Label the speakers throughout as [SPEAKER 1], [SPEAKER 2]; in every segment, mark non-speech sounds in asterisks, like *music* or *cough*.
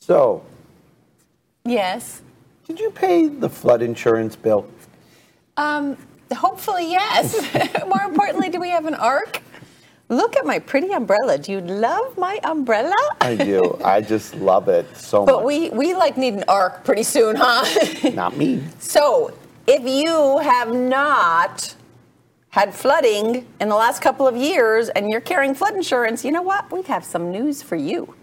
[SPEAKER 1] So,
[SPEAKER 2] Yes.
[SPEAKER 1] did you pay the flood insurance bill?
[SPEAKER 2] Um,
[SPEAKER 1] *laughs*
[SPEAKER 2] hopefully, yes. More importantly, do we have an arc? Look at my pretty umbrella. Do you love my umbrella?
[SPEAKER 1] I do. I just love it so
[SPEAKER 2] *laughs* But
[SPEAKER 1] much.
[SPEAKER 2] we, we like need an arc pretty soon, huh? *laughs*
[SPEAKER 1] Not me.
[SPEAKER 2] so, if you have not had flooding in the last couple of years and you're carrying flood insurance, you know what? We have some news for you.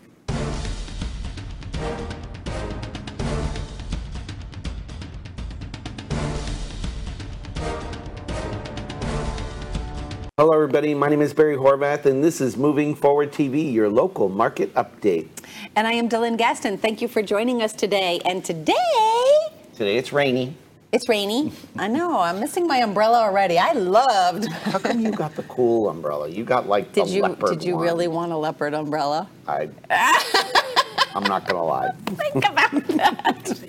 [SPEAKER 1] Hello, everybody. My name is Barry Horvath, and this is Moving Forward TV, your local market update.
[SPEAKER 2] And I am Dylan Gaston. Thank you for joining us today. And today,
[SPEAKER 1] Today it's rainy.
[SPEAKER 2] it's
[SPEAKER 1] *laughs*
[SPEAKER 2] rainy. I know, I'm missing my umbrella already. I loved.
[SPEAKER 1] How come you got the cool umbrella? You got like
[SPEAKER 2] Did
[SPEAKER 1] the
[SPEAKER 2] you
[SPEAKER 1] leopard
[SPEAKER 2] did you
[SPEAKER 1] one.
[SPEAKER 2] really want a leopard umbrella?
[SPEAKER 1] I, I'm not gonna lie.
[SPEAKER 2] *laughs* Think about *laughs* that.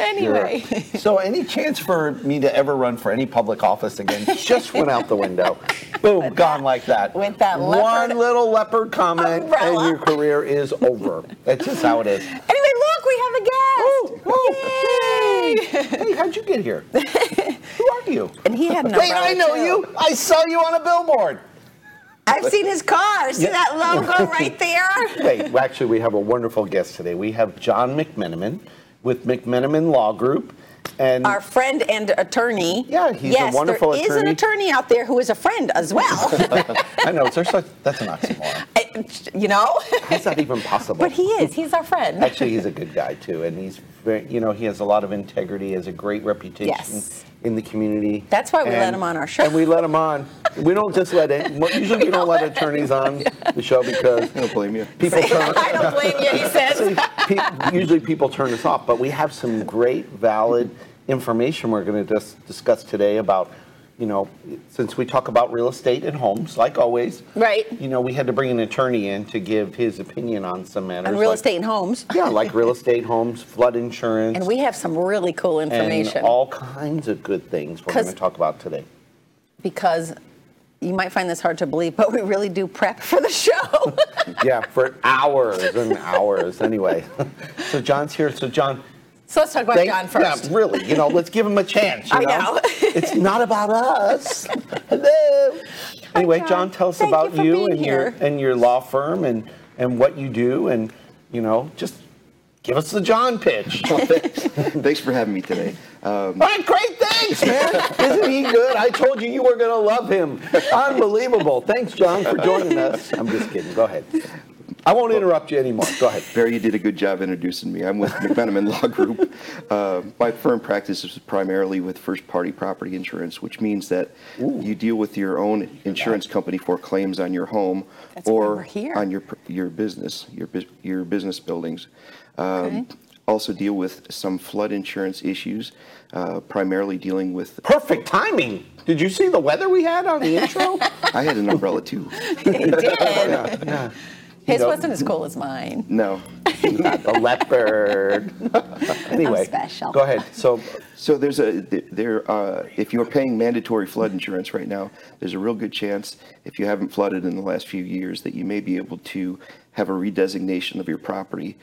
[SPEAKER 2] anyway,
[SPEAKER 1] You're- *laughs* So any chance for me to ever run for any public office again *laughs* just went out the window. *laughs* Boom, gone like that.
[SPEAKER 2] with that leopard
[SPEAKER 1] one little leopard *laughs* comment,
[SPEAKER 2] umbrella.
[SPEAKER 1] and your career is over. That's just how it is.
[SPEAKER 2] anyway, look, we have a guest.
[SPEAKER 1] Oh,
[SPEAKER 2] Yay!
[SPEAKER 1] Hey, how'd you get *laughs* here? Who are you?
[SPEAKER 2] And he had an
[SPEAKER 1] Wait,
[SPEAKER 2] umbrella,
[SPEAKER 1] I know
[SPEAKER 2] too.
[SPEAKER 1] you. I saw you on a billboard.
[SPEAKER 2] I've seen his car. See
[SPEAKER 1] Yeah.
[SPEAKER 2] that
[SPEAKER 1] *laughs*
[SPEAKER 2] logo right there?
[SPEAKER 1] Wait, well, actually, we have a wonderful guest today. We have John McMenamin with McMenamin Law Group, and
[SPEAKER 2] Our friend and attorney.
[SPEAKER 1] Yeah, he's a
[SPEAKER 2] yes,
[SPEAKER 1] wonderful
[SPEAKER 2] there is an
[SPEAKER 1] attorney.
[SPEAKER 2] attorney out there who is a friend as
[SPEAKER 1] *laughs*
[SPEAKER 2] well.
[SPEAKER 1] *laughs* I know is there such that's an oxymoron.
[SPEAKER 2] you know? *laughs*
[SPEAKER 1] How's that even possible?
[SPEAKER 2] But he is. He's our friend.
[SPEAKER 1] Actually, he's a good guy too, and he's very, you know he has a lot of integrity, has a great reputation
[SPEAKER 2] Yes.
[SPEAKER 1] in the community.
[SPEAKER 2] That's why we let
[SPEAKER 1] And-
[SPEAKER 2] him on our show.
[SPEAKER 1] And we let him on. We don't just let it. well, Usually, we don't let attorneys
[SPEAKER 2] *laughs*
[SPEAKER 1] on the show because
[SPEAKER 3] I don't blame you.
[SPEAKER 1] people turn.
[SPEAKER 2] *laughs* I don't blame
[SPEAKER 1] *laughs*
[SPEAKER 2] you, he says.
[SPEAKER 1] pe- usually, people turn us off, but we have some great, valid information we're going to dis- discuss today about. You know, since we talk about real estate and homes, like always,
[SPEAKER 2] Right.
[SPEAKER 1] You know, we had to bring an attorney in to give his opinion on some matters.
[SPEAKER 2] And real
[SPEAKER 1] like-
[SPEAKER 2] estate and homes.
[SPEAKER 1] yeah, like real estate, homes, flood insurance,
[SPEAKER 2] And we have some really cool
[SPEAKER 1] and
[SPEAKER 2] information
[SPEAKER 1] all kinds of good things we're
[SPEAKER 2] 'Cause-
[SPEAKER 1] going to talk about today.
[SPEAKER 2] because you might find this hard to believe, but we really do prep for the show. *laughs*
[SPEAKER 1] yeah, for hours and hours. Anyway, so John's here. So John,
[SPEAKER 2] so let's talk about
[SPEAKER 1] thank-
[SPEAKER 2] John first.
[SPEAKER 1] Yeah, really, you know, let's give him a chance. You
[SPEAKER 2] I know.
[SPEAKER 1] it's not about
[SPEAKER 2] *laughs*
[SPEAKER 1] us. Hello. Anyway,
[SPEAKER 2] John.
[SPEAKER 1] John. tell us
[SPEAKER 2] Thank you
[SPEAKER 1] about
[SPEAKER 2] for
[SPEAKER 1] you,
[SPEAKER 2] being
[SPEAKER 1] and
[SPEAKER 2] here.
[SPEAKER 1] your and your law firm and and what you do and you know just give us the John pitch.
[SPEAKER 3] *laughs* Thanks for having me today. Um,
[SPEAKER 1] All right, great, thanks, man. *laughs* Isn't he good? I told you you were going to love him. Unbelievable. Thanks, John, for joining us. I'm just kidding. Go ahead. I won't interrupt you anymore. Go ahead.
[SPEAKER 3] Barry, you did a good job introducing me. I'm with McMenamin Law Group. *laughs* Uh, my firm practices primarily with first-party property insurance, which means that you deal with your own insurance company for claims on your home
[SPEAKER 2] That's why we're
[SPEAKER 3] or
[SPEAKER 2] here.
[SPEAKER 3] on your pr- your business, your bus- your business buildings. Um,
[SPEAKER 2] Okay.
[SPEAKER 3] Also deal with some flood insurance issues, uh, primarily dealing with.
[SPEAKER 1] Perfect timing. Did you see the weather we had on the
[SPEAKER 2] *laughs*
[SPEAKER 1] intro?
[SPEAKER 3] I had an umbrella too.
[SPEAKER 2] He did.
[SPEAKER 1] yeah.
[SPEAKER 2] His
[SPEAKER 1] know-
[SPEAKER 2] wasn't as cool as mine.
[SPEAKER 3] No,
[SPEAKER 1] Not the leopard. Anyway,
[SPEAKER 2] special.
[SPEAKER 1] go ahead. So,
[SPEAKER 3] So there's a th- there uh, if you're paying mandatory flood insurance right now, there's a real good chance if you haven't flooded in the last few years that you may be able to have a redesignation of your property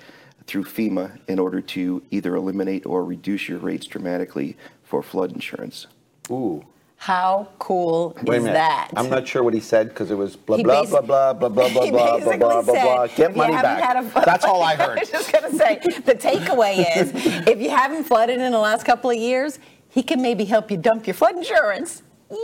[SPEAKER 3] through FEMA in order to either eliminate or reduce your rates dramatically for flood insurance.
[SPEAKER 1] ooh.
[SPEAKER 2] How cool
[SPEAKER 1] Wait a
[SPEAKER 2] is
[SPEAKER 1] minute.
[SPEAKER 2] that?
[SPEAKER 1] I'm not sure what he said because it was blah
[SPEAKER 2] He
[SPEAKER 1] blah,
[SPEAKER 2] basi-
[SPEAKER 1] blah blah blah blah blah
[SPEAKER 2] *laughs* He
[SPEAKER 1] blah blah blah
[SPEAKER 2] basically
[SPEAKER 1] blah blah.
[SPEAKER 2] said,
[SPEAKER 1] Get
[SPEAKER 2] "You
[SPEAKER 1] money
[SPEAKER 2] haven't
[SPEAKER 1] back.
[SPEAKER 2] had a-
[SPEAKER 1] That's all I
[SPEAKER 2] *laughs* *laughs* I
[SPEAKER 1] heard.
[SPEAKER 2] was just going to say the takeaway is if you haven't flooded in the last couple of years, he can maybe help you dump your flood insurance. Yay!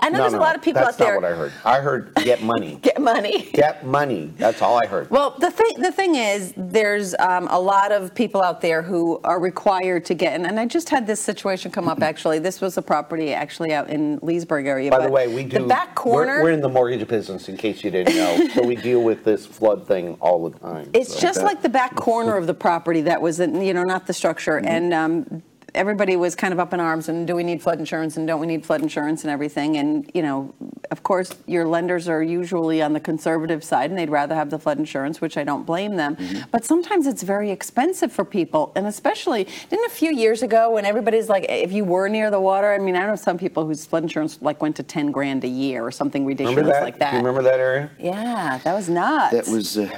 [SPEAKER 2] I know there's a lot of people
[SPEAKER 1] that's
[SPEAKER 2] out
[SPEAKER 1] not
[SPEAKER 2] there
[SPEAKER 1] what I heard. I heard get money.
[SPEAKER 2] get money.
[SPEAKER 1] get money. That's all I heard.
[SPEAKER 2] Well, the thing the thing is, there's um, a lot of people out there who are required to get. And, and I just had this situation come up. Actually, this was a property actually out in Leesburg area.
[SPEAKER 1] By
[SPEAKER 2] but
[SPEAKER 1] the way, we do.
[SPEAKER 2] the back corner.
[SPEAKER 1] We're, we're in the mortgage business, in case you didn't
[SPEAKER 2] *laughs*
[SPEAKER 1] know. so we deal with this flood thing all the time.
[SPEAKER 2] It's
[SPEAKER 1] so. Mm-hmm.
[SPEAKER 2] just like the back corner of the property that was, in, you know, not the structure. And um, everybody was kind of up in arms and do we need flood insurance and don't we need flood insurance and everything. And, you know, of course, your lenders are usually on the conservative side and they'd rather have the flood insurance, which I don't blame them.
[SPEAKER 1] Mm-hmm.
[SPEAKER 2] But sometimes it's very expensive for people. And especially, didn't a few years ago when everybody's like, if you were near the water, I mean, I know some people whose flood insurance like went to 10 grand a year or something ridiculous
[SPEAKER 1] Remember that?
[SPEAKER 2] like that.
[SPEAKER 1] Do you remember that area?
[SPEAKER 2] Yeah, that was nuts.
[SPEAKER 3] That was, uh,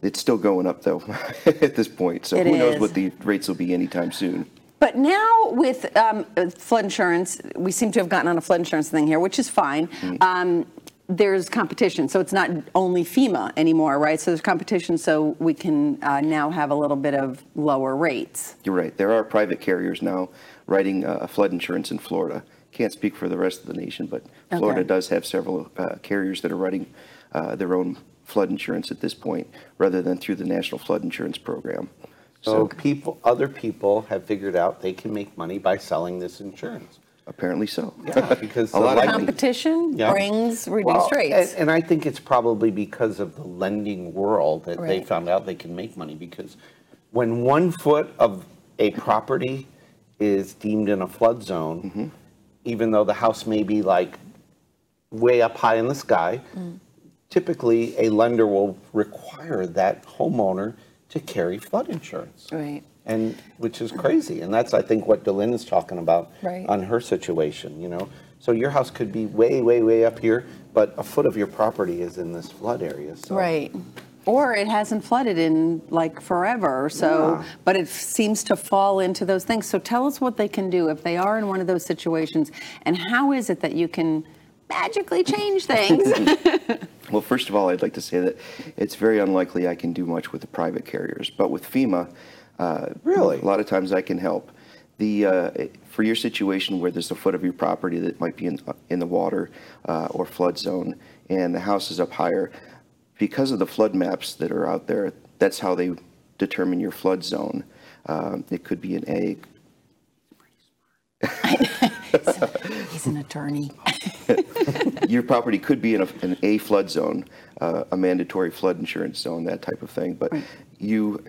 [SPEAKER 3] it's still going up though *laughs* at this point. So
[SPEAKER 2] It
[SPEAKER 3] who knows
[SPEAKER 2] is.
[SPEAKER 3] what the rates will be anytime soon.
[SPEAKER 2] But now with um, uh, flood insurance, we seem to have gotten on a flood insurance thing here, which is fine.
[SPEAKER 1] Mm-hmm.
[SPEAKER 2] Um, there's competition, so it's not only FEMA anymore, right? So there's competition, so we can uh, now have a little bit of lower rates.
[SPEAKER 3] You're right. There are private carriers now writing uh, flood insurance in Florida. Can't speak for the rest of the nation, but Florida
[SPEAKER 2] Okay.
[SPEAKER 3] does have several uh, carriers that are writing uh, their own flood insurance at this point, rather than through the National Flood Insurance Program.
[SPEAKER 1] So
[SPEAKER 3] So
[SPEAKER 1] people, other people have figured out they can make money by selling this insurance.
[SPEAKER 3] apparently so.
[SPEAKER 1] Yeah, because
[SPEAKER 3] *laughs* A
[SPEAKER 1] the
[SPEAKER 3] lot of
[SPEAKER 1] likely-
[SPEAKER 3] compet-
[SPEAKER 2] Competition
[SPEAKER 1] Yeah.
[SPEAKER 2] brings
[SPEAKER 1] Well,
[SPEAKER 2] reduced rates.
[SPEAKER 1] And, and I think it's probably because of the lending world that they
[SPEAKER 2] Right.
[SPEAKER 1] found out they can make money because when one foot of a property is deemed in a flood zone, even though the house may be like way up high in the sky, typically a lender will require that homeowner to carry flood insurance.
[SPEAKER 2] Right.
[SPEAKER 1] And which is crazy. And that's, I think, what Delin is talking about
[SPEAKER 2] Right.
[SPEAKER 1] on her situation, you know? So your house could be way, way, way up here, but a foot of your property is in this flood area. So
[SPEAKER 2] Right. Or it hasn't flooded in like forever, so,
[SPEAKER 1] Yeah.
[SPEAKER 2] but it seems to fall into those things. So tell us what they can do if they are in one of those situations, and how is it that you can magically
[SPEAKER 1] *laughs*
[SPEAKER 2] change things?
[SPEAKER 3] Well, first of all, I'd like to say that it's very unlikely I can do much with the private carriers, but with FEMA, uh,
[SPEAKER 1] Really?
[SPEAKER 3] a lot of times I can help. The uh, for your situation where there's a foot of your property that might be in in the water uh, or flood zone, and the house is up higher, because of the flood maps that are out there, that's how they determine your flood zone. Um, it could be an A,
[SPEAKER 2] He's an attorney.
[SPEAKER 3] your property could be in a, an A flood zone, uh, a mandatory flood insurance zone, that type of thing. But you,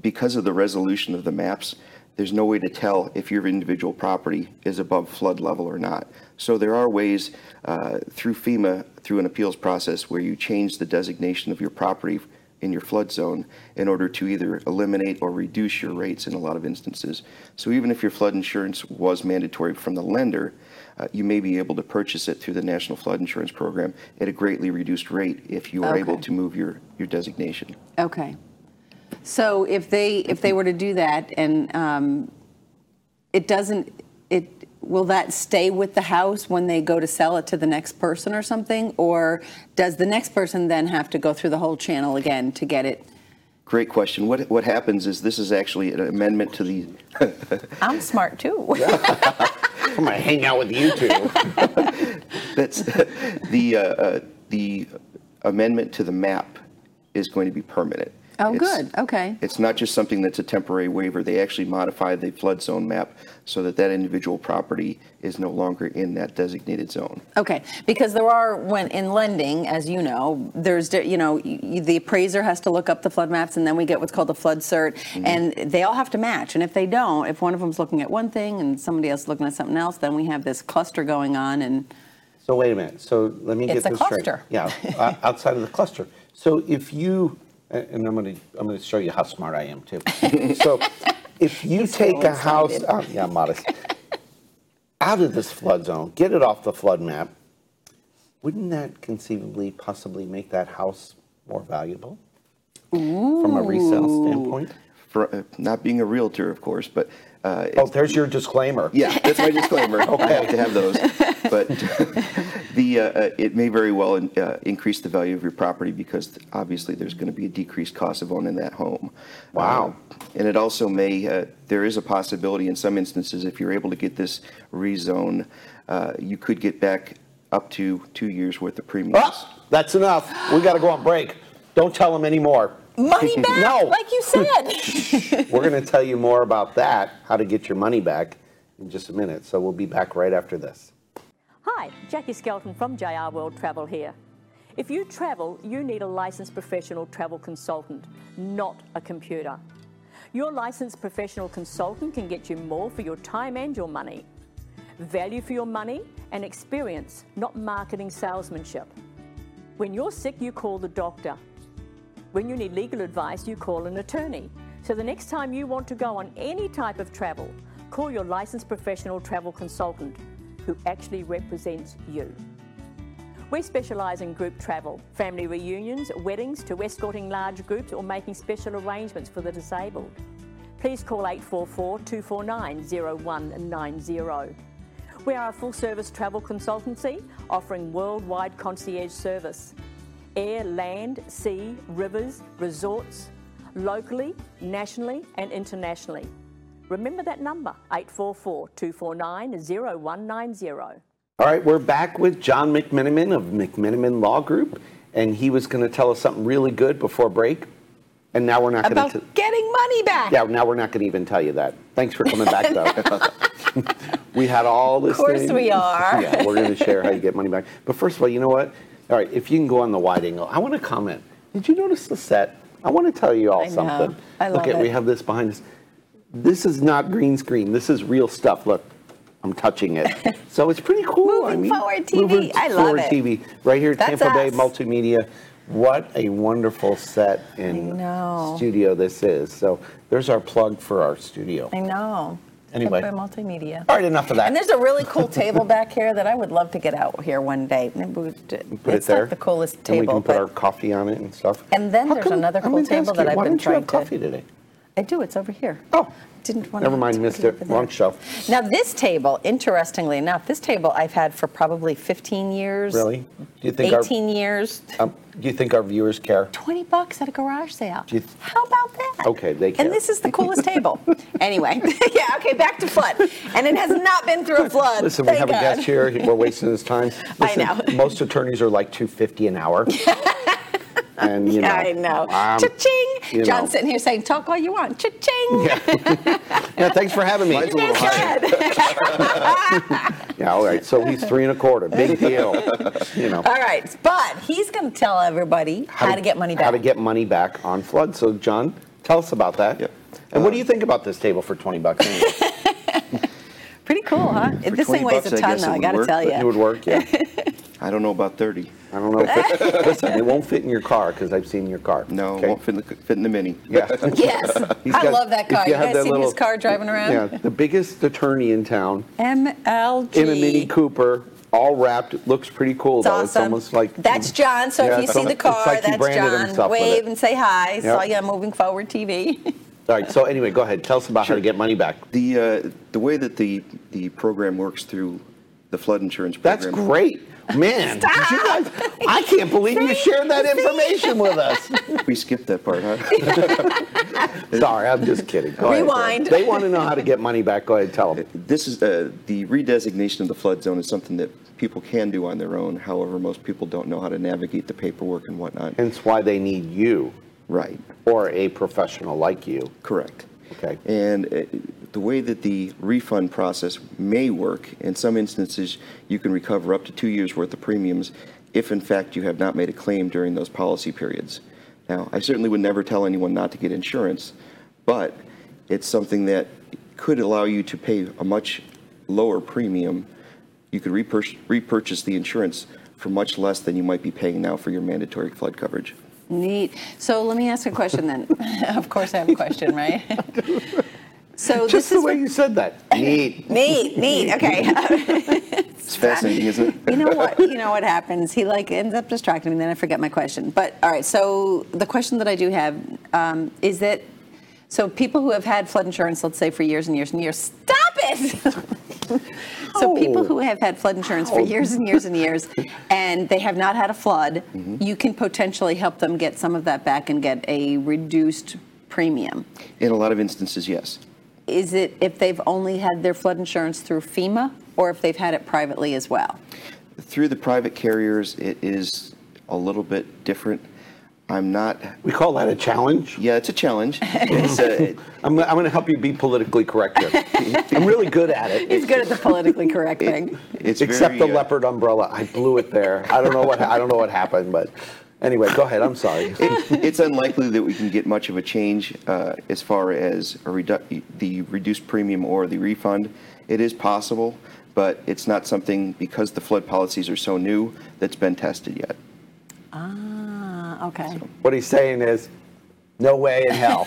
[SPEAKER 3] because of the resolution of the maps, there's no way to tell if your individual property is above flood level or not. So there are ways uh, through FEMA, through an appeals process, where you change the designation of your property in your flood zone in order to either eliminate or reduce your rates in a lot of instances. So even if your flood insurance was mandatory from the lender, uh, you may be able to purchase it through the National Flood Insurance Program at a greatly reduced rate if you are able
[SPEAKER 2] Okay.
[SPEAKER 3] to move your, your designation.
[SPEAKER 2] Okay. So if they, if they were to do that, and um, it doesn't, it, will that stay with the house when they go to sell it to the next person or something? Or does the next person then have to go through the whole channel again to get it?
[SPEAKER 3] Great question. What, what happens is this is actually an amendment to the,
[SPEAKER 2] I'm smart too.
[SPEAKER 1] I'm going to hang out with you two.
[SPEAKER 2] *laughs*
[SPEAKER 3] that's, *laughs* the, uh, uh, the amendment to the map is going to be permanent.
[SPEAKER 2] Oh,
[SPEAKER 3] It's-
[SPEAKER 2] good. Okay.
[SPEAKER 3] It's not just something that's a temporary waiver. They actually modify the flood zone map so that that individual property is no longer in that designated zone.
[SPEAKER 2] Okay, because there are when in lending, as you know, there's di- you know y y- the appraiser has to look up the flood maps, and then we get what's called a flood cert, and they all have to match. And if they don't, if one of them's looking at one thing and somebody else is looking at something else, then we have this cluster going on. And
[SPEAKER 1] So wait a minute. So let me get
[SPEAKER 2] It's a
[SPEAKER 1] this straight.
[SPEAKER 2] cluster.
[SPEAKER 1] Yeah, o-
[SPEAKER 2] *laughs*
[SPEAKER 1] outside of the cluster. So if you a- and I'm going to I'm going to show you how smart I am too. so if you take
[SPEAKER 2] so
[SPEAKER 1] a house,
[SPEAKER 2] excited.
[SPEAKER 1] out, yeah, I'm modest, out of this flood zone, get it off the flood map. Wouldn't that conceivably possibly make that house more valuable from a resale standpoint?
[SPEAKER 3] For uh, not being a realtor, of course, but uh,
[SPEAKER 1] Oh, there's your disclaimer.
[SPEAKER 3] Yeah, that's
[SPEAKER 1] *laughs*
[SPEAKER 3] my disclaimer. I have to have those. But the, uh, uh, it may very well in- uh, increase the value of your property because obviously there's going to be a decreased cost of owning that home.
[SPEAKER 1] Wow.
[SPEAKER 3] Uh, And it also may, uh, there is a possibility in some instances, if you're able to get this rezone, uh, you could get back up to two years worth of premiums.
[SPEAKER 1] Ah, that's enough. We got to go on break. Don't tell them anymore.
[SPEAKER 2] *laughs* money back,
[SPEAKER 1] No.
[SPEAKER 2] like you *laughs* said.
[SPEAKER 1] We're going to tell you more about that, how to get your money back, in just a minute. So we'll be back right after this.
[SPEAKER 4] Hi, Jackie Skelton from JR World Travel here. If you travel, you need a licensed professional travel consultant, not a computer. Your licensed professional consultant can get you more for your time and your money. Value for your money and experience, not marketing salesmanship. When you're sick, you call the doctor. When you need legal advice, you call an attorney. So the next time you want to go on any type of travel, call your licensed professional travel consultant who actually represents you. We specialise in group travel, family reunions, weddings, to escorting large groups or making special arrangements for the disabled. Please call 844 249 0190. We are a full service travel consultancy offering worldwide concierge service air, land, sea, rivers, resorts, locally, nationally, and internationally. Remember that number 844 249 0190.
[SPEAKER 1] All right, we're back with John McMiniman of McMiniman Law Group, and he was going to tell us something really good before break, and now we're not going
[SPEAKER 2] About
[SPEAKER 1] to.
[SPEAKER 2] getting money
[SPEAKER 1] *laughs*
[SPEAKER 2] back.
[SPEAKER 1] Yeah, now we're not going to even tell you that. Thanks for coming back, though.
[SPEAKER 2] *laughs*
[SPEAKER 1] *laughs* we had all this. Of
[SPEAKER 2] course we
[SPEAKER 1] *laughs*
[SPEAKER 2] are.
[SPEAKER 1] Yeah, we're going to share how you get money back. But first of all, you know what? All right, if you can go on the wide angle, I want to comment. Did you notice the set? I want to tell you all
[SPEAKER 2] I know.
[SPEAKER 1] something.
[SPEAKER 2] I
[SPEAKER 1] Look
[SPEAKER 2] love
[SPEAKER 1] at we
[SPEAKER 2] it.
[SPEAKER 1] have this behind us. This is not green screen. This is real stuff. Look, I'm touching
[SPEAKER 2] *laughs*
[SPEAKER 1] it. So it's pretty cool. I
[SPEAKER 2] Moving
[SPEAKER 1] mean,
[SPEAKER 2] forward TV.
[SPEAKER 1] moving
[SPEAKER 2] I love
[SPEAKER 1] forward
[SPEAKER 2] it.
[SPEAKER 1] TV right here,
[SPEAKER 2] That's
[SPEAKER 1] Tampa Bay
[SPEAKER 2] us.
[SPEAKER 1] Multimedia. What a wonderful set and
[SPEAKER 2] know.
[SPEAKER 1] studio this is. So there's our plug for our studio.
[SPEAKER 2] I know.
[SPEAKER 1] Anyway.
[SPEAKER 2] Tempo Multimedia.
[SPEAKER 1] All right, enough of that.
[SPEAKER 2] And there's a really cool table back here that I would love to get out here one day. Maybe we would- uh,
[SPEAKER 1] put
[SPEAKER 2] it's
[SPEAKER 1] it there.
[SPEAKER 2] not the coolest
[SPEAKER 1] And we
[SPEAKER 2] table,
[SPEAKER 1] can put
[SPEAKER 2] but
[SPEAKER 1] our coffee on it and stuff.
[SPEAKER 2] And then
[SPEAKER 1] How
[SPEAKER 2] there's
[SPEAKER 1] come-
[SPEAKER 2] another
[SPEAKER 1] I
[SPEAKER 2] cool
[SPEAKER 1] meant to
[SPEAKER 2] table
[SPEAKER 1] ask
[SPEAKER 2] that
[SPEAKER 1] you,
[SPEAKER 2] I've
[SPEAKER 1] why
[SPEAKER 2] been
[SPEAKER 1] didn't you have
[SPEAKER 2] trying to-
[SPEAKER 1] coffee today?
[SPEAKER 2] I do. It's over here.
[SPEAKER 1] Oh.
[SPEAKER 2] didn't want.
[SPEAKER 1] Never mind, missed it. Wrong shelf.
[SPEAKER 2] Now this table, interestingly enough, this table I've had for probably 15 years.
[SPEAKER 1] Really? Do you think our-
[SPEAKER 2] 18 years.
[SPEAKER 1] Um, do you think our viewers care?
[SPEAKER 2] 20 bucks at a garage sale.
[SPEAKER 1] Do you-
[SPEAKER 2] How about that?
[SPEAKER 1] Okay, they care.
[SPEAKER 2] And this is the coolest table. Anyway, *laughs* yeah, okay, back to flood. And it has not
[SPEAKER 1] *laughs*
[SPEAKER 2] been through a flood.
[SPEAKER 1] Listen, we
[SPEAKER 2] thank
[SPEAKER 1] have a
[SPEAKER 2] God.
[SPEAKER 1] guest here. We're wasting his time.
[SPEAKER 2] *laughs* I
[SPEAKER 1] Listen,
[SPEAKER 2] know.
[SPEAKER 1] Most attorneys are like 250 an
[SPEAKER 2] *laughs*
[SPEAKER 1] hour. and you know,
[SPEAKER 2] I know.
[SPEAKER 1] um,
[SPEAKER 2] Cha-ching!
[SPEAKER 1] you
[SPEAKER 2] John's
[SPEAKER 1] know.
[SPEAKER 2] sitting here saying, talk all you want. Cha-ching!
[SPEAKER 1] *laughs* Yeah, thanks for having me.
[SPEAKER 3] Mine's a
[SPEAKER 2] You
[SPEAKER 3] little
[SPEAKER 2] guys
[SPEAKER 3] higher.
[SPEAKER 2] go ahead.
[SPEAKER 1] Yeah, all right. So he's three and a quarter. Big deal. You know.
[SPEAKER 2] *laughs* all right, but he's going to tell everybody how, to, get money back.
[SPEAKER 1] How to get money back on flood. So John, tell us about that.
[SPEAKER 3] Yep. Uh,
[SPEAKER 1] And what do you think about this table for 20 bucks? Anyway?
[SPEAKER 2] *laughs* Pretty cool, huh?
[SPEAKER 3] For
[SPEAKER 2] this thing
[SPEAKER 3] 20
[SPEAKER 2] weighs
[SPEAKER 3] bucks,
[SPEAKER 2] a
[SPEAKER 3] I
[SPEAKER 2] ton,
[SPEAKER 3] guess it
[SPEAKER 2] though. I
[SPEAKER 3] would
[SPEAKER 2] got to
[SPEAKER 3] work,
[SPEAKER 2] tell
[SPEAKER 3] but
[SPEAKER 1] It would
[SPEAKER 2] *laughs* you.
[SPEAKER 1] work, yeah.
[SPEAKER 3] I don't know about 30.
[SPEAKER 1] I don't know. If it,
[SPEAKER 2] *laughs*
[SPEAKER 1] listen, it won't fit in your car because I've seen your car.
[SPEAKER 3] No,
[SPEAKER 1] okay?
[SPEAKER 3] won't fit in, the, fit in the mini. *laughs*
[SPEAKER 1] Yeah.
[SPEAKER 2] Yes,
[SPEAKER 1] He's
[SPEAKER 2] I
[SPEAKER 1] got-
[SPEAKER 2] love that
[SPEAKER 1] if
[SPEAKER 2] car. You,
[SPEAKER 1] had
[SPEAKER 2] guys
[SPEAKER 1] that
[SPEAKER 2] seen his
[SPEAKER 1] little-
[SPEAKER 2] car driving around?
[SPEAKER 1] Yeah, the biggest attorney in town
[SPEAKER 2] MLG.
[SPEAKER 1] in a Mini Cooper, all wrapped. It looks pretty cool
[SPEAKER 2] It's
[SPEAKER 1] though.
[SPEAKER 2] awesome.
[SPEAKER 1] It's almost like
[SPEAKER 2] that's John. So
[SPEAKER 1] Yeah,
[SPEAKER 2] if you
[SPEAKER 1] it's
[SPEAKER 2] see
[SPEAKER 1] almo-
[SPEAKER 2] the
[SPEAKER 1] it's
[SPEAKER 2] car,
[SPEAKER 1] like he
[SPEAKER 2] that's
[SPEAKER 1] branded
[SPEAKER 2] John.
[SPEAKER 1] himself with
[SPEAKER 2] Wave
[SPEAKER 1] it.
[SPEAKER 2] and say hi. Saw
[SPEAKER 1] Yep.
[SPEAKER 2] you on Moving Forward TV.
[SPEAKER 1] All right. So anyway, go ahead. Tell us about how to get money back.
[SPEAKER 3] The, uh, the way that the, the program works through the flood insurance program.
[SPEAKER 1] That's great, man. did you guys, I can't believe you shared that information with
[SPEAKER 2] *laughs*
[SPEAKER 1] us.
[SPEAKER 3] We skipped that part, huh?
[SPEAKER 1] Sorry, I'm just kidding. Go ahead.
[SPEAKER 2] Rewind.
[SPEAKER 1] They want to know how to get money back. Go ahead, tell them.
[SPEAKER 3] this is uh, the redesignation of the flood zone is something that people can do on their own. However, most people don't know how to navigate the paperwork and whatnot.
[SPEAKER 1] Hence why they need you
[SPEAKER 3] right.
[SPEAKER 1] or a professional like you.
[SPEAKER 3] Correct.
[SPEAKER 1] Okay.
[SPEAKER 3] And uh, the way that the refund process may work, in some instances, you can recover up to two years' worth of premiums if, in fact, you have not made a claim during those policy periods. Now, I certainly would never tell anyone not to get insurance, but it's something that could allow you to pay a much lower premium. You could repur- repurchase the insurance for much less than you might be paying now for your mandatory flood coverage.
[SPEAKER 2] *laughs* Neat. So let me ask a question then. *laughs* of course, I have a question, right? *laughs* so
[SPEAKER 1] Just
[SPEAKER 2] this
[SPEAKER 1] the
[SPEAKER 2] is
[SPEAKER 1] way
[SPEAKER 2] what-
[SPEAKER 1] you said that. Neat.
[SPEAKER 2] neat, neat. Okay.
[SPEAKER 3] It's fascinating, isn't it?
[SPEAKER 2] you know what? You know what happens? He like ends up distracting me, then I forget my question. But all right. So the question that I do have um, is that so people who have had flood insurance, let's say for years and years and years, stop it. *laughs* So people who have had flood insurance for years and years and years, and they have not had a flood, you can potentially help them get some of that back and get a reduced premium.
[SPEAKER 3] In a lot of instances, yes.
[SPEAKER 2] Is it if they've only had their flood insurance through FEMA, or if they've had it privately as well?
[SPEAKER 3] through the private carriers, it is a little bit different. I'm not.
[SPEAKER 1] We call that a challenge.
[SPEAKER 3] Yeah, it's a challenge. It's uh, a,
[SPEAKER 1] I'm, I'm going to help you be politically correct here.
[SPEAKER 2] *laughs*
[SPEAKER 1] I'm really good at it.
[SPEAKER 2] He's good at the politically
[SPEAKER 1] *laughs*
[SPEAKER 2] correct thing.
[SPEAKER 3] it's
[SPEAKER 1] Except
[SPEAKER 3] very,
[SPEAKER 1] the
[SPEAKER 3] uh,
[SPEAKER 1] leopard umbrella. I blew it there. I don't know what I don't know what happened, but Anyway, go ahead. I'm
[SPEAKER 2] *laughs*
[SPEAKER 1] sorry.
[SPEAKER 3] it, it's unlikely that we can get much of a change uh, as far as a redu- the reduced premium or the refund. It is possible, but it's not something because the flood policies are so new that's been tested yet.
[SPEAKER 2] Ah, okay.
[SPEAKER 1] What he's saying is, no way in
[SPEAKER 2] *laughs*
[SPEAKER 1] hell.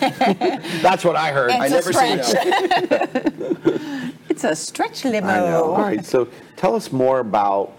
[SPEAKER 1] That's what I heard.
[SPEAKER 5] It's
[SPEAKER 1] I
[SPEAKER 5] a
[SPEAKER 1] know.
[SPEAKER 3] never seen
[SPEAKER 5] stretch. It's a stretch limo.
[SPEAKER 1] I know. All right. So tell us more about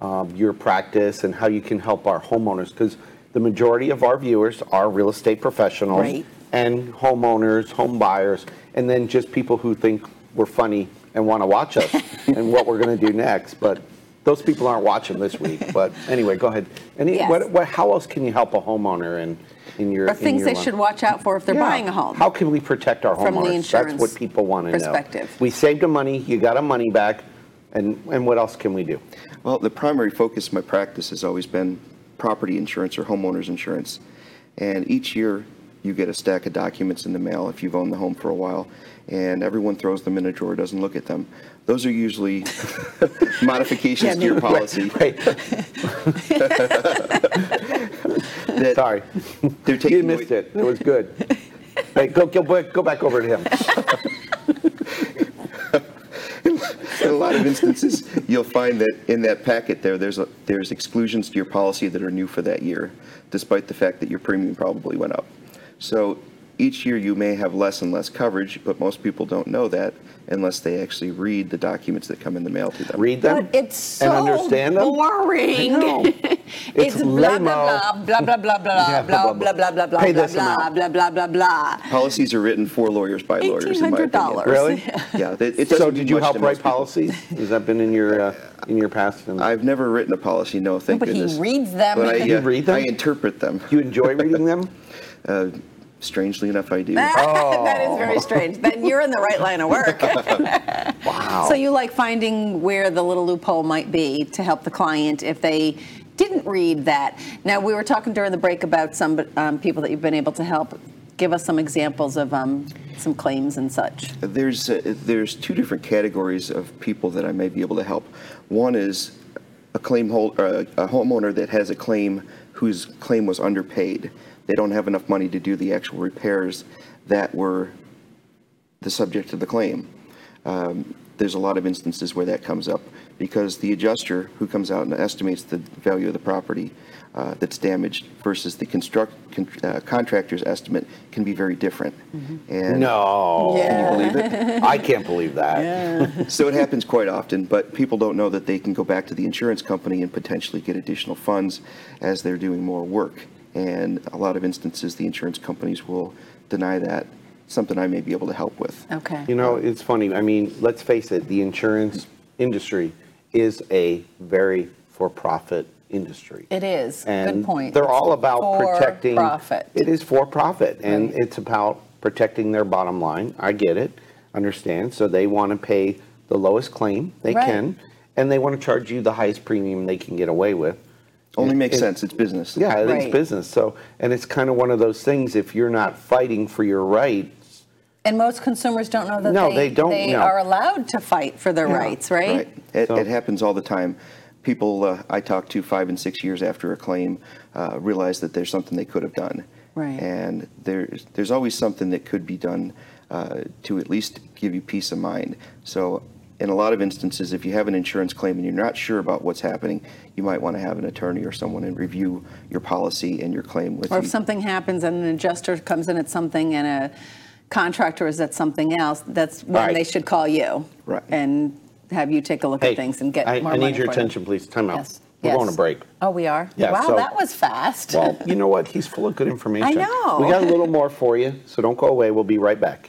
[SPEAKER 1] um, your practice and how you can help our homeowners because the majority of our viewers are real estate professionals
[SPEAKER 5] Right.
[SPEAKER 1] and homeowners, home buyers, and then just people who think we're funny and want to watch
[SPEAKER 2] *laughs*
[SPEAKER 1] us and what we're going to do next. But those people aren't watching this week. But anyway, go ahead. Any,
[SPEAKER 2] Yes.
[SPEAKER 1] what, what, how else can you help a homeowner in, in your
[SPEAKER 2] Or
[SPEAKER 1] in
[SPEAKER 2] things
[SPEAKER 1] your
[SPEAKER 2] they
[SPEAKER 1] life?
[SPEAKER 2] should watch out for if they're
[SPEAKER 1] Yeah.
[SPEAKER 2] buying a home.
[SPEAKER 1] How can we protect our
[SPEAKER 2] From the
[SPEAKER 1] homeowners? That's
[SPEAKER 2] insurance
[SPEAKER 1] what people want to know.
[SPEAKER 2] perspective.
[SPEAKER 1] We saved them money, you got them money back, and, and what else can we do?
[SPEAKER 3] Well, the primary focus of my practice has always been property insurance or homeowners insurance. And each year, you get a stack of documents in the mail if you've owned the home for a while, and everyone throws them in a drawer, doesn't look at them. Those are usually *laughs* modifications to your policy.
[SPEAKER 1] Right,
[SPEAKER 3] *laughs* that
[SPEAKER 1] sorry.
[SPEAKER 3] They're taking
[SPEAKER 1] You missed
[SPEAKER 3] away-
[SPEAKER 1] it, it was good. Hey, go, go, back- go back over to
[SPEAKER 2] *laughs*
[SPEAKER 1] him.
[SPEAKER 3] in a lot of instances, you'll find that in that packet there, there's a, there's exclusions to your policy that are new for that year, despite the fact that your premium probably went up. So each year you may have less and less coverage, but most people don't know that unless they actually read the documents that come in the mail to them.
[SPEAKER 1] Read them
[SPEAKER 5] But it's so
[SPEAKER 1] and understand them.
[SPEAKER 5] boring.
[SPEAKER 1] I
[SPEAKER 2] *laughs*
[SPEAKER 1] know.
[SPEAKER 5] It's blah blah
[SPEAKER 1] lame-o.
[SPEAKER 5] blah blah blah blah
[SPEAKER 1] Yeah,
[SPEAKER 5] blah blah blah blah blah
[SPEAKER 1] Pay
[SPEAKER 5] blah
[SPEAKER 1] this
[SPEAKER 5] blah
[SPEAKER 1] amount.
[SPEAKER 5] blah blah blah blah.
[SPEAKER 3] Policies are written for lawyers by lawyers. in my opinion.
[SPEAKER 2] $1,800. *laughs*
[SPEAKER 1] Really?
[SPEAKER 3] Yeah. that- It doesn't
[SPEAKER 1] So
[SPEAKER 3] do
[SPEAKER 1] did you
[SPEAKER 3] much to
[SPEAKER 1] help
[SPEAKER 3] most
[SPEAKER 1] write
[SPEAKER 3] people.
[SPEAKER 1] policies? Has that been in your, uh, in your past? And
[SPEAKER 3] I've never written a policy. No, thank
[SPEAKER 5] but he
[SPEAKER 3] goodness.
[SPEAKER 5] reads them.
[SPEAKER 3] But I,
[SPEAKER 5] You
[SPEAKER 3] uh,
[SPEAKER 1] read them?
[SPEAKER 3] I interpret them. Uh,
[SPEAKER 1] Do you enjoy reading them?
[SPEAKER 3] Strangely enough, I do.
[SPEAKER 2] *laughs*
[SPEAKER 5] Ah!
[SPEAKER 2] that is
[SPEAKER 1] Oh.
[SPEAKER 2] very strange. Then you're in the right line of work.
[SPEAKER 1] *laughs* Wow.
[SPEAKER 2] So you like finding where the little loophole might be to help the client if they didn't read that. Now we were talking during the break about some um, people that you've been able to help. Give us some examples of um, some claims and such.
[SPEAKER 3] there's uh, there's two different categories of people that I may be able to help. One is a claim hold, uh, a homeowner that has a claim whose claim was underpaid. They don't have enough money to do the actual repairs that were the subject of the claim. Um, there's a lot of instances where that comes up because the adjuster who comes out and estimates the value of the property uh, that's damaged versus the construct con- uh, contractor's estimate can be very different. And
[SPEAKER 1] No.
[SPEAKER 3] Can you believe it?
[SPEAKER 1] I can't believe that.
[SPEAKER 3] So it happens quite often, but people don't know that they can go back to the insurance company and potentially get additional funds as they're doing more work. And a lot of instances, the insurance companies will deny that, something I may be able to help with.
[SPEAKER 2] Okay.
[SPEAKER 1] You know, it's funny. I mean, let's face it, the insurance industry is a very for profit industry.
[SPEAKER 2] It is. Good
[SPEAKER 1] And
[SPEAKER 2] point.
[SPEAKER 1] They're
[SPEAKER 2] It's
[SPEAKER 1] all about
[SPEAKER 2] for
[SPEAKER 1] protecting
[SPEAKER 2] profit.
[SPEAKER 1] It is for profit and
[SPEAKER 2] Right.
[SPEAKER 1] it's about protecting their bottom line. I get it. Understand. So they want to pay the lowest claim they
[SPEAKER 2] Right.
[SPEAKER 1] can and they want to charge you the highest premium they can get away with.
[SPEAKER 3] Only makes
[SPEAKER 1] It-
[SPEAKER 3] sense, it's business.
[SPEAKER 1] Yeah, it's
[SPEAKER 2] Right.
[SPEAKER 1] business. So, and it's kind of one of those things if you're not fighting for your rights,
[SPEAKER 2] and most consumers don't know that
[SPEAKER 1] No,
[SPEAKER 2] they,
[SPEAKER 1] they don't
[SPEAKER 2] they
[SPEAKER 1] know.
[SPEAKER 2] are allowed to fight for their rights, right?
[SPEAKER 3] Right. It,
[SPEAKER 1] So-
[SPEAKER 3] it happens all the time. People uh, I talk to five and six years after a claim uh, realize that there's something they could have done.
[SPEAKER 2] Right.
[SPEAKER 3] And there's there's always something that could be done uh, to at least give you peace of mind. So in a lot of instances, if you have an insurance claim and you're not sure about what's happening, you might want to have an attorney or someone and review your policy and your claim with
[SPEAKER 2] Or
[SPEAKER 3] you.
[SPEAKER 2] if something happens and an adjuster comes in at something and a contractor is at something else, that's when
[SPEAKER 1] Right.
[SPEAKER 2] they should call you.
[SPEAKER 3] Right.
[SPEAKER 2] And have you take a look
[SPEAKER 1] hey,
[SPEAKER 2] at things and get
[SPEAKER 1] I,
[SPEAKER 2] more
[SPEAKER 1] I
[SPEAKER 2] money
[SPEAKER 1] need your
[SPEAKER 2] for them.
[SPEAKER 1] attention, please. Time out.
[SPEAKER 2] Yes.
[SPEAKER 1] We're
[SPEAKER 2] yes.
[SPEAKER 1] going to break.
[SPEAKER 2] Oh, we are?
[SPEAKER 1] Yeah,
[SPEAKER 2] wow,
[SPEAKER 1] so-
[SPEAKER 2] that was fast. *laughs*
[SPEAKER 1] Well, you know what? He's full of good information.
[SPEAKER 2] I know.
[SPEAKER 1] We got a little more for you, so don't go away. We'll be right back.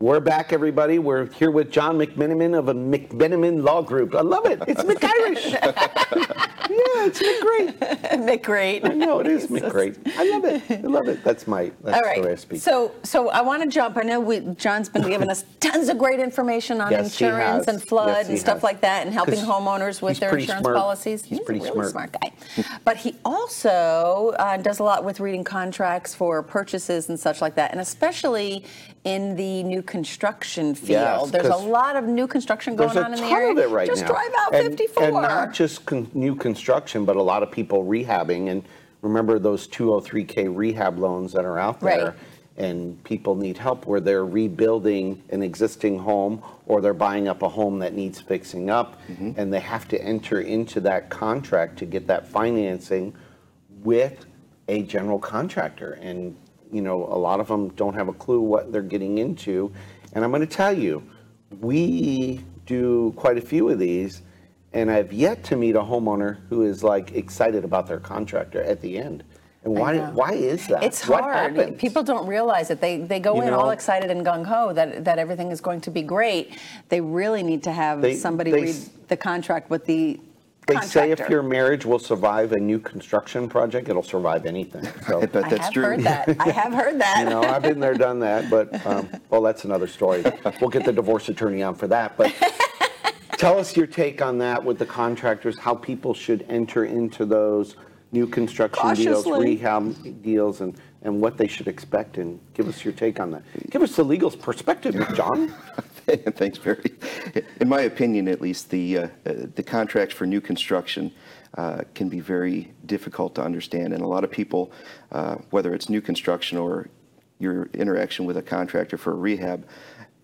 [SPEAKER 1] We're back, everybody. We're here with John McMenamin of a McMenamin Law Group. I love it. It's McIrish.
[SPEAKER 2] *laughs*
[SPEAKER 1] yeah, it's McGreat.
[SPEAKER 5] McGreat.
[SPEAKER 1] I know it is McGreat. I love it. I love it. That's my. That's
[SPEAKER 5] All
[SPEAKER 1] the way I
[SPEAKER 5] right.
[SPEAKER 1] speak.
[SPEAKER 5] So, so I want to jump. I know we, John's been giving
[SPEAKER 1] *coughs*
[SPEAKER 5] us tons of great information on
[SPEAKER 1] Yes, he
[SPEAKER 5] insurance
[SPEAKER 1] has.
[SPEAKER 5] and flood
[SPEAKER 1] Yes, he
[SPEAKER 5] and stuff
[SPEAKER 1] has.
[SPEAKER 5] like that, and helping
[SPEAKER 1] 'Cause
[SPEAKER 5] homeowners with
[SPEAKER 1] he's
[SPEAKER 5] their
[SPEAKER 1] pretty
[SPEAKER 5] insurance
[SPEAKER 1] smart.
[SPEAKER 5] policies.
[SPEAKER 1] He's
[SPEAKER 5] a
[SPEAKER 1] pretty
[SPEAKER 5] really
[SPEAKER 1] smart.
[SPEAKER 5] guy, but he also uh, does a lot with reading contracts for purchases and such like that, and especially in the new construction field.
[SPEAKER 1] Yes,
[SPEAKER 5] There's a
[SPEAKER 1] 'cause
[SPEAKER 5] lot of new construction going
[SPEAKER 1] There's a
[SPEAKER 5] on in the
[SPEAKER 1] ton
[SPEAKER 5] area.
[SPEAKER 1] of it right
[SPEAKER 5] Just
[SPEAKER 1] now.
[SPEAKER 5] drive out
[SPEAKER 1] and,
[SPEAKER 5] 54.
[SPEAKER 1] And not just con- new construction, but a lot of people rehabbing. And remember those 203K rehab loans that are out
[SPEAKER 5] Right.
[SPEAKER 1] there. And people need help where they're rebuilding an existing home or they're buying up a home that needs fixing up. And they have to enter into that contract to get that financing with a general contractor. And, you know, a lot of them don't have a clue what they're getting into. And I'm going to tell you, we do quite a few of these, and I've yet to meet a homeowner who is like excited about their contractor at the end. And why,
[SPEAKER 5] know.
[SPEAKER 1] why is that?
[SPEAKER 5] It's
[SPEAKER 1] What
[SPEAKER 5] hard.
[SPEAKER 1] happens?
[SPEAKER 5] People don't realize it. They they go
[SPEAKER 1] You
[SPEAKER 5] in
[SPEAKER 1] know?
[SPEAKER 5] all excited and gung ho that that everything is going to be great. They really need to have
[SPEAKER 1] They-
[SPEAKER 5] somebody
[SPEAKER 1] they
[SPEAKER 5] read
[SPEAKER 1] s-
[SPEAKER 5] the contract with the
[SPEAKER 1] They say
[SPEAKER 5] contractor.
[SPEAKER 1] if your marriage will survive a new construction project, it'll survive anything. So,
[SPEAKER 3] I bet
[SPEAKER 5] I
[SPEAKER 3] that's
[SPEAKER 5] have
[SPEAKER 3] true.
[SPEAKER 5] heard that. I have heard that.
[SPEAKER 1] *laughs* you know, I've been there, done that, but, um, well, that's another story. We'll get the divorce attorney on for that, but tell us your take on that with the contractors, how people should enter into those new construction deals,
[SPEAKER 2] Cautiously.
[SPEAKER 1] rehab deals, and, and what they should expect, and give us your take on that. Give us the legal perspective, John.
[SPEAKER 3] *laughs* Thanks, Barry. In my opinion, at least, the uh, uh, the contracts for new construction uh, can be very difficult to understand, and a lot of people, uh, whether it's new construction or your interaction with a contractor for a rehab,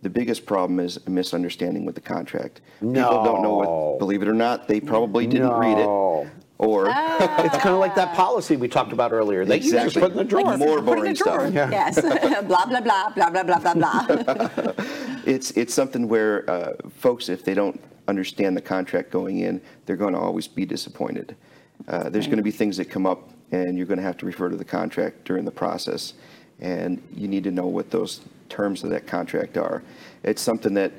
[SPEAKER 3] the biggest problem is a misunderstanding with the contract. People don't know
[SPEAKER 1] No.
[SPEAKER 3] what. Believe it or not, they probably didn't read
[SPEAKER 1] No.
[SPEAKER 3] it. Or
[SPEAKER 1] It's kind of like that policy we talked about earlier that you just
[SPEAKER 3] Exactly.
[SPEAKER 1] put in the drawer.
[SPEAKER 3] Like more
[SPEAKER 5] Put it in
[SPEAKER 3] boring
[SPEAKER 5] the drawer.
[SPEAKER 3] stuff.
[SPEAKER 1] Yeah.
[SPEAKER 5] Yes. *laughs* blah blah blah blah blah blah blah blah.
[SPEAKER 3] it's it's something where uh, folks, if they don't understand the contract going in, they're going to always be disappointed. Uh, there's going to be things that come up, and you're going to have to refer to the contract during the process, and you need to know what those terms of that contract are. It's something that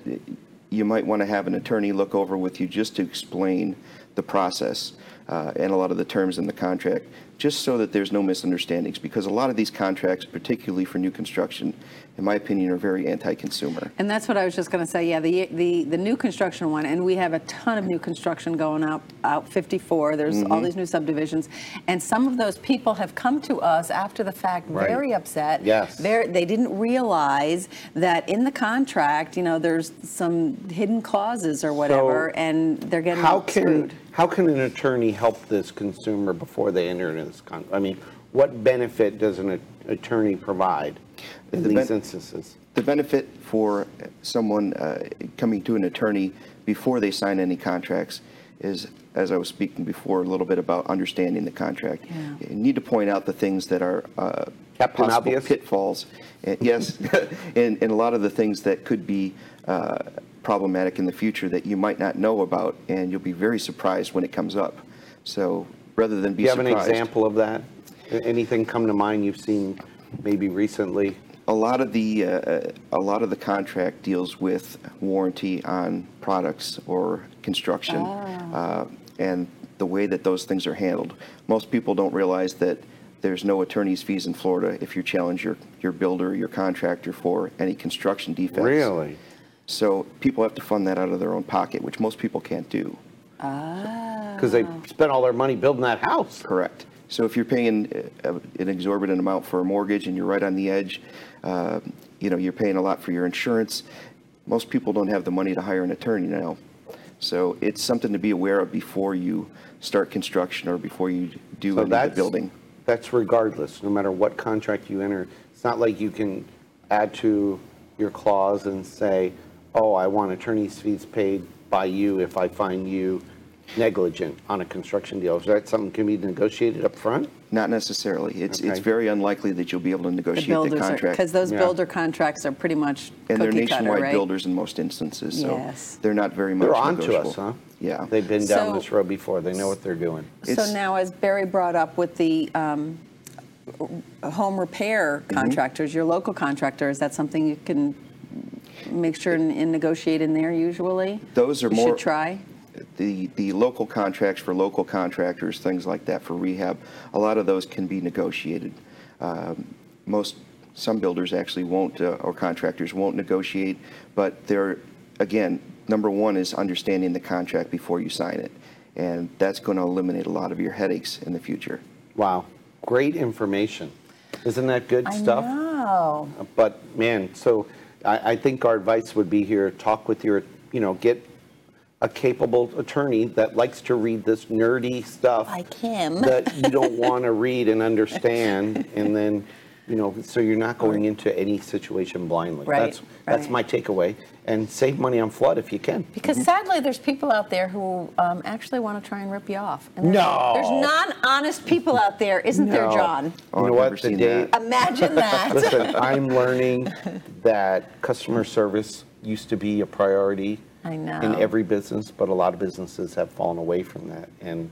[SPEAKER 3] you might want to have an attorney look over with you just to explain the process uh, and a lot of the terms in the contract, just so that there's no misunderstandings. Because a lot of these contracts, particularly for new construction, in my opinion, are very anti-consumer.
[SPEAKER 2] And that's what I was just going to say. Yeah, the, the the new construction one, and we have a ton of new construction going out out 54. There's all these new subdivisions, and some of those people have come to us after the fact,
[SPEAKER 1] Right.
[SPEAKER 2] very upset.
[SPEAKER 1] Yes.
[SPEAKER 2] They're, they didn't realize that in the contract, you know, there's some hidden clauses or whatever, and they're getting
[SPEAKER 1] How can,
[SPEAKER 2] screwed.
[SPEAKER 1] how can an attorney help this consumer before they enter into this contract? I mean, what benefit does an a- attorney provide in
[SPEAKER 3] The
[SPEAKER 1] these
[SPEAKER 3] ben-
[SPEAKER 1] instances?
[SPEAKER 3] The benefit for someone uh, coming to an attorney before they sign any contracts is, as I was speaking before, a little bit about understanding the contract. You need to point out the things that are uh,
[SPEAKER 1] Captain
[SPEAKER 3] possible
[SPEAKER 1] Obvious?
[SPEAKER 3] pitfalls. And yes, *laughs* and, and a lot of the things that could be uh, problematic in the future that you might not know about, and you'll be very surprised when it comes up. So rather than
[SPEAKER 1] Do
[SPEAKER 3] be
[SPEAKER 1] you have an
[SPEAKER 3] surprised,
[SPEAKER 1] example of that? A- Anything come to mind you've seen maybe recently?
[SPEAKER 3] a lot of the uh, a lot of the contract deals with warranty on products or construction, uh, and the way that those things are handled. Most people don't realize that there's no attorney's fees in Florida if you challenge your your builder, your contractor for any construction defects.
[SPEAKER 1] Really?
[SPEAKER 3] So people have to fund that out of their own pocket, which most people can't do.
[SPEAKER 1] Because they spent all their money building that house.
[SPEAKER 3] Correct. So if you're paying uh, an exorbitant amount for a mortgage and you're right on the edge, uh, you know, you're paying a lot for your insurance. Most people don't have the money to hire an attorney now. So it's something to be aware of before you start construction or before you do
[SPEAKER 1] So
[SPEAKER 3] any of
[SPEAKER 1] that's
[SPEAKER 3] the building.
[SPEAKER 1] That's regardless, no matter what contract you enter. It's not like you can add to your clause and say, oh, I want attorney's fees paid by you if I find you negligent on a construction deal. Is that something can be negotiated up front?
[SPEAKER 3] Not necessarily. It's, it's
[SPEAKER 1] Okay.
[SPEAKER 3] very unlikely that you'll be able to
[SPEAKER 2] The
[SPEAKER 3] negotiate the
[SPEAKER 2] builders,
[SPEAKER 3] contract.
[SPEAKER 2] because those
[SPEAKER 1] Yeah.
[SPEAKER 2] builder contracts are pretty much
[SPEAKER 3] And they're
[SPEAKER 2] cookie cutter,
[SPEAKER 3] nationwide
[SPEAKER 2] right?
[SPEAKER 3] builders in most instances, so
[SPEAKER 2] Yes.
[SPEAKER 3] they're not very much
[SPEAKER 1] They're on to
[SPEAKER 3] negotiable.
[SPEAKER 1] us, huh?
[SPEAKER 3] Yeah.
[SPEAKER 1] They've been down
[SPEAKER 2] So-
[SPEAKER 1] this road before. They know what they're doing.
[SPEAKER 2] So
[SPEAKER 3] It's-
[SPEAKER 2] now, as Barry brought up with the um, home repair contractors, your local contractor, is that something you can
[SPEAKER 6] make sure and, and negotiate in there usually?
[SPEAKER 3] Those are
[SPEAKER 6] You
[SPEAKER 3] more-
[SPEAKER 6] Should try.
[SPEAKER 3] the the local contracts for local contractors, things like that for rehab, a lot of those can be negotiated. Um, most some builders actually won't uh, or contractors won't negotiate, but they're again number one is understanding the contract before you sign it, and that's going to eliminate a lot of your headaches in the future.
[SPEAKER 1] Wow, great information. Isn't that good stuff?
[SPEAKER 2] know.
[SPEAKER 1] But man, so I, I think our advice would be here: talk with your, you know, get a capable attorney that likes to read this nerdy stuff,
[SPEAKER 2] Like him. *laughs*
[SPEAKER 1] that you don't want to read and understand, and then, you know, so you're not going into any situation blindly.
[SPEAKER 2] Right,
[SPEAKER 1] That's that's
[SPEAKER 2] right.
[SPEAKER 1] my takeaway, and save money on flood if you can.
[SPEAKER 2] Because sadly, there's people out there who um, actually want to try and rip you off. And there's-
[SPEAKER 1] No.
[SPEAKER 2] There's non-honest people out there, isn't there,
[SPEAKER 1] No.
[SPEAKER 2] John?
[SPEAKER 1] You
[SPEAKER 3] Oh,
[SPEAKER 1] know
[SPEAKER 3] I've never
[SPEAKER 1] what? The
[SPEAKER 3] seen
[SPEAKER 1] day,
[SPEAKER 3] that.
[SPEAKER 1] *laughs*
[SPEAKER 2] Imagine that. *laughs*
[SPEAKER 1] Listen, I'm learning that customer service used to be a priority
[SPEAKER 2] I know.
[SPEAKER 1] in every business, but a lot of businesses have fallen away from that. And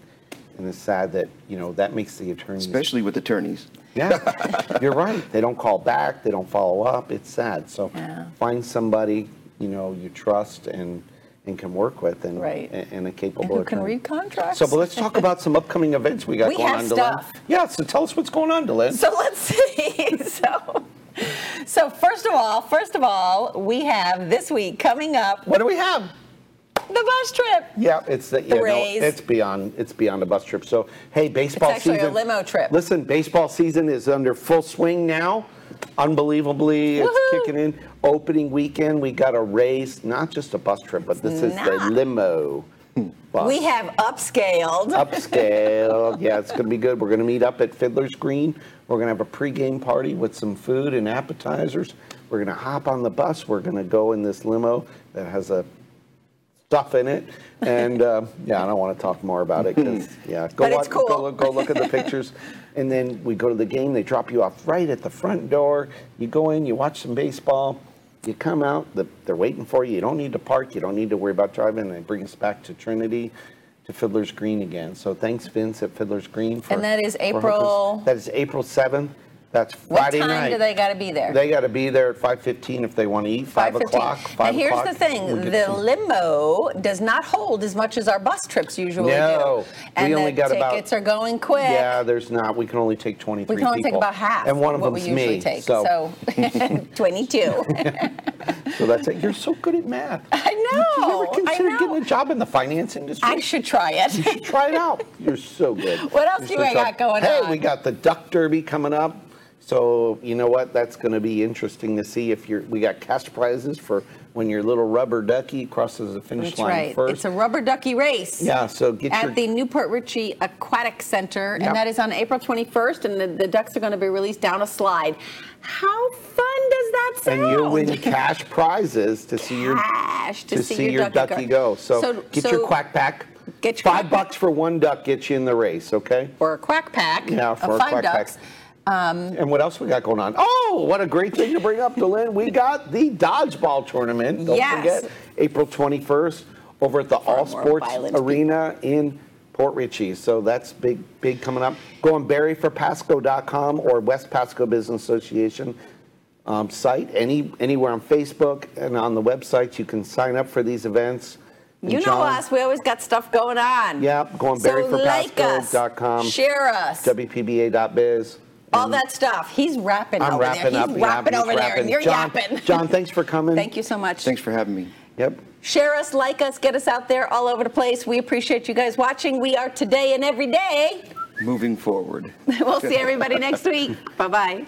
[SPEAKER 1] and it's sad that, you know, that makes the attorneys
[SPEAKER 3] Especially with attorneys.
[SPEAKER 1] Yeah. you're right. They don't call back, they don't follow up. It's sad. So
[SPEAKER 2] Yeah.
[SPEAKER 1] find somebody, you know, you trust and and can work with and
[SPEAKER 2] Right.
[SPEAKER 1] and, and a capable
[SPEAKER 2] And who can
[SPEAKER 1] attorney.
[SPEAKER 2] read contracts.
[SPEAKER 1] So but let's talk about some upcoming events we got
[SPEAKER 2] We
[SPEAKER 1] going
[SPEAKER 2] have
[SPEAKER 1] on,
[SPEAKER 2] stuff.
[SPEAKER 1] Dylan. Yeah, so tell us what's going on, Dylan.
[SPEAKER 2] *laughs* So let's see. *laughs* So, so first of all, first of all, we have this week coming up
[SPEAKER 1] what do we have?
[SPEAKER 2] the bus trip.
[SPEAKER 1] Yeah, it's the, yeah, no,
[SPEAKER 2] Rays.
[SPEAKER 1] it's beyond it's beyond a bus trip. So hey, baseball
[SPEAKER 2] actually a
[SPEAKER 1] season.
[SPEAKER 2] limo trip.
[SPEAKER 1] Listen, baseball season is under full swing now. Unbelievably,
[SPEAKER 2] Woohoo.
[SPEAKER 1] it's kicking in. Opening weekend, we got a race, not just a bus trip, but this is
[SPEAKER 2] Nah.
[SPEAKER 1] the limo. Bus.
[SPEAKER 2] We have *laughs* upscaled.
[SPEAKER 1] upscale. yeah, it's gonna be good. We're gonna meet up at Fiddler's Green. We're gonna have a pregame party with some food and appetizers. We're gonna hop on the bus. We're gonna go in this limo that has a stuff in it. And uh, yeah, I don't want to talk more about it
[SPEAKER 2] *laughs*
[SPEAKER 1] because yeah, go
[SPEAKER 2] But it's
[SPEAKER 1] watch, go
[SPEAKER 2] cool.
[SPEAKER 1] look, go look at the
[SPEAKER 2] *laughs*
[SPEAKER 1] pictures. And then we go to the game. They drop you off right at the front door. You go in, you watch some baseball. You come out, the, they're waiting for you. You don't need to park. You don't need to worry about driving. And they bring us back to Trinity, to Fiddler's Green again. So thanks, Vince, at Fiddler's Green. For,
[SPEAKER 2] And that is
[SPEAKER 1] for hooking us-
[SPEAKER 2] April-
[SPEAKER 1] That is April 7th. That's
[SPEAKER 2] What
[SPEAKER 1] Friday
[SPEAKER 2] time
[SPEAKER 1] night.
[SPEAKER 2] do they gotta be there?
[SPEAKER 1] They got to be there at 5.15 if they want to eat. 5
[SPEAKER 2] 5:15.
[SPEAKER 1] o'clock, 5
[SPEAKER 2] now here's
[SPEAKER 1] o'clock.
[SPEAKER 2] the thing:
[SPEAKER 1] We'll get
[SPEAKER 2] the
[SPEAKER 1] some-
[SPEAKER 2] limo does not hold as much as our bus trips usually
[SPEAKER 1] No,
[SPEAKER 2] do,
[SPEAKER 1] we
[SPEAKER 2] and
[SPEAKER 1] only
[SPEAKER 2] the
[SPEAKER 1] got about-
[SPEAKER 2] tickets are going quick.
[SPEAKER 1] Yeah, there's not. We can only take 23 people.
[SPEAKER 2] we can only take about half.
[SPEAKER 1] And one of
[SPEAKER 2] what
[SPEAKER 1] them's
[SPEAKER 2] we usually
[SPEAKER 1] me.
[SPEAKER 2] take.
[SPEAKER 1] So, so. *laughs*
[SPEAKER 2] *laughs* 22.
[SPEAKER 1] that's it. You're so good at math.
[SPEAKER 2] *laughs* I
[SPEAKER 1] Did you ever
[SPEAKER 2] know. I
[SPEAKER 1] consider
[SPEAKER 2] know.
[SPEAKER 1] getting a job in the finance industry?
[SPEAKER 2] I should try
[SPEAKER 1] You
[SPEAKER 2] *laughs* it.
[SPEAKER 1] should try it out. You're so good.
[SPEAKER 2] *laughs* What else
[SPEAKER 1] You're
[SPEAKER 2] do
[SPEAKER 1] so
[SPEAKER 2] I got
[SPEAKER 1] sharp.
[SPEAKER 2] going
[SPEAKER 1] Hey,
[SPEAKER 2] on?
[SPEAKER 1] we got the Duck Derby coming up. So you know what? That's going to be interesting to see if you're. We got cash prizes for when your little rubber ducky crosses the finish
[SPEAKER 2] That's
[SPEAKER 1] line
[SPEAKER 2] right.
[SPEAKER 1] first.
[SPEAKER 2] It's a rubber ducky race.
[SPEAKER 1] yeah. So get
[SPEAKER 2] At
[SPEAKER 1] your
[SPEAKER 2] the Newport Ritchie Aquatic Center,
[SPEAKER 1] Yeah.
[SPEAKER 2] and that is on April 21st, and the, the ducks are going to be released down a slide. How fun does that sound?
[SPEAKER 1] and
[SPEAKER 2] *laughs*
[SPEAKER 1] you win cash prizes to see your
[SPEAKER 2] Cash
[SPEAKER 1] to, see, your, ducky,
[SPEAKER 2] gar-
[SPEAKER 1] go. So, get your quack pack. five
[SPEAKER 2] get your quack pack.
[SPEAKER 1] bucks for one duck gets you in the race. Okay.
[SPEAKER 2] or a quack pack
[SPEAKER 1] Yeah,
[SPEAKER 2] of
[SPEAKER 1] for a
[SPEAKER 2] five
[SPEAKER 1] quack pack.
[SPEAKER 2] ducks. Um,
[SPEAKER 1] And what else we got going on? Oh, what a great thing to bring up, Dylan.
[SPEAKER 2] *laughs*
[SPEAKER 1] We got the dodgeball tournament. Don't
[SPEAKER 2] Yes.
[SPEAKER 1] forget, April 21st over at the All
[SPEAKER 2] more
[SPEAKER 1] Sports
[SPEAKER 2] violent people.
[SPEAKER 1] Arena in Port Richey. So that's big, big coming up. Go on barryforpasco.com or West Pasco Business Association um, site. Any anywhere on Facebook and on the website, you can sign up for these events. And
[SPEAKER 2] you know
[SPEAKER 1] John-
[SPEAKER 2] us; we always got stuff going on.
[SPEAKER 1] Yep, go on
[SPEAKER 2] so like us,
[SPEAKER 1] barryforpasco.com,
[SPEAKER 2] share us,
[SPEAKER 1] WPBA.biz.
[SPEAKER 2] all that stuff. He's rapping
[SPEAKER 1] I'm
[SPEAKER 2] over
[SPEAKER 1] wrapping
[SPEAKER 2] there.
[SPEAKER 1] up.
[SPEAKER 2] He's
[SPEAKER 1] yeah,
[SPEAKER 2] rapping
[SPEAKER 1] he's
[SPEAKER 2] over there,
[SPEAKER 1] wrapping.
[SPEAKER 2] and you're
[SPEAKER 1] John,
[SPEAKER 2] yapping.
[SPEAKER 1] John, thanks for coming.
[SPEAKER 2] *laughs* Thank you so much.
[SPEAKER 3] Thanks for having me.
[SPEAKER 1] Yep.
[SPEAKER 2] Share us, like us, get us out there all over the place. We appreciate you guys watching. We are today and every day. *laughs*
[SPEAKER 3] Moving forward.
[SPEAKER 2] We'll see everybody next week. Bye bye.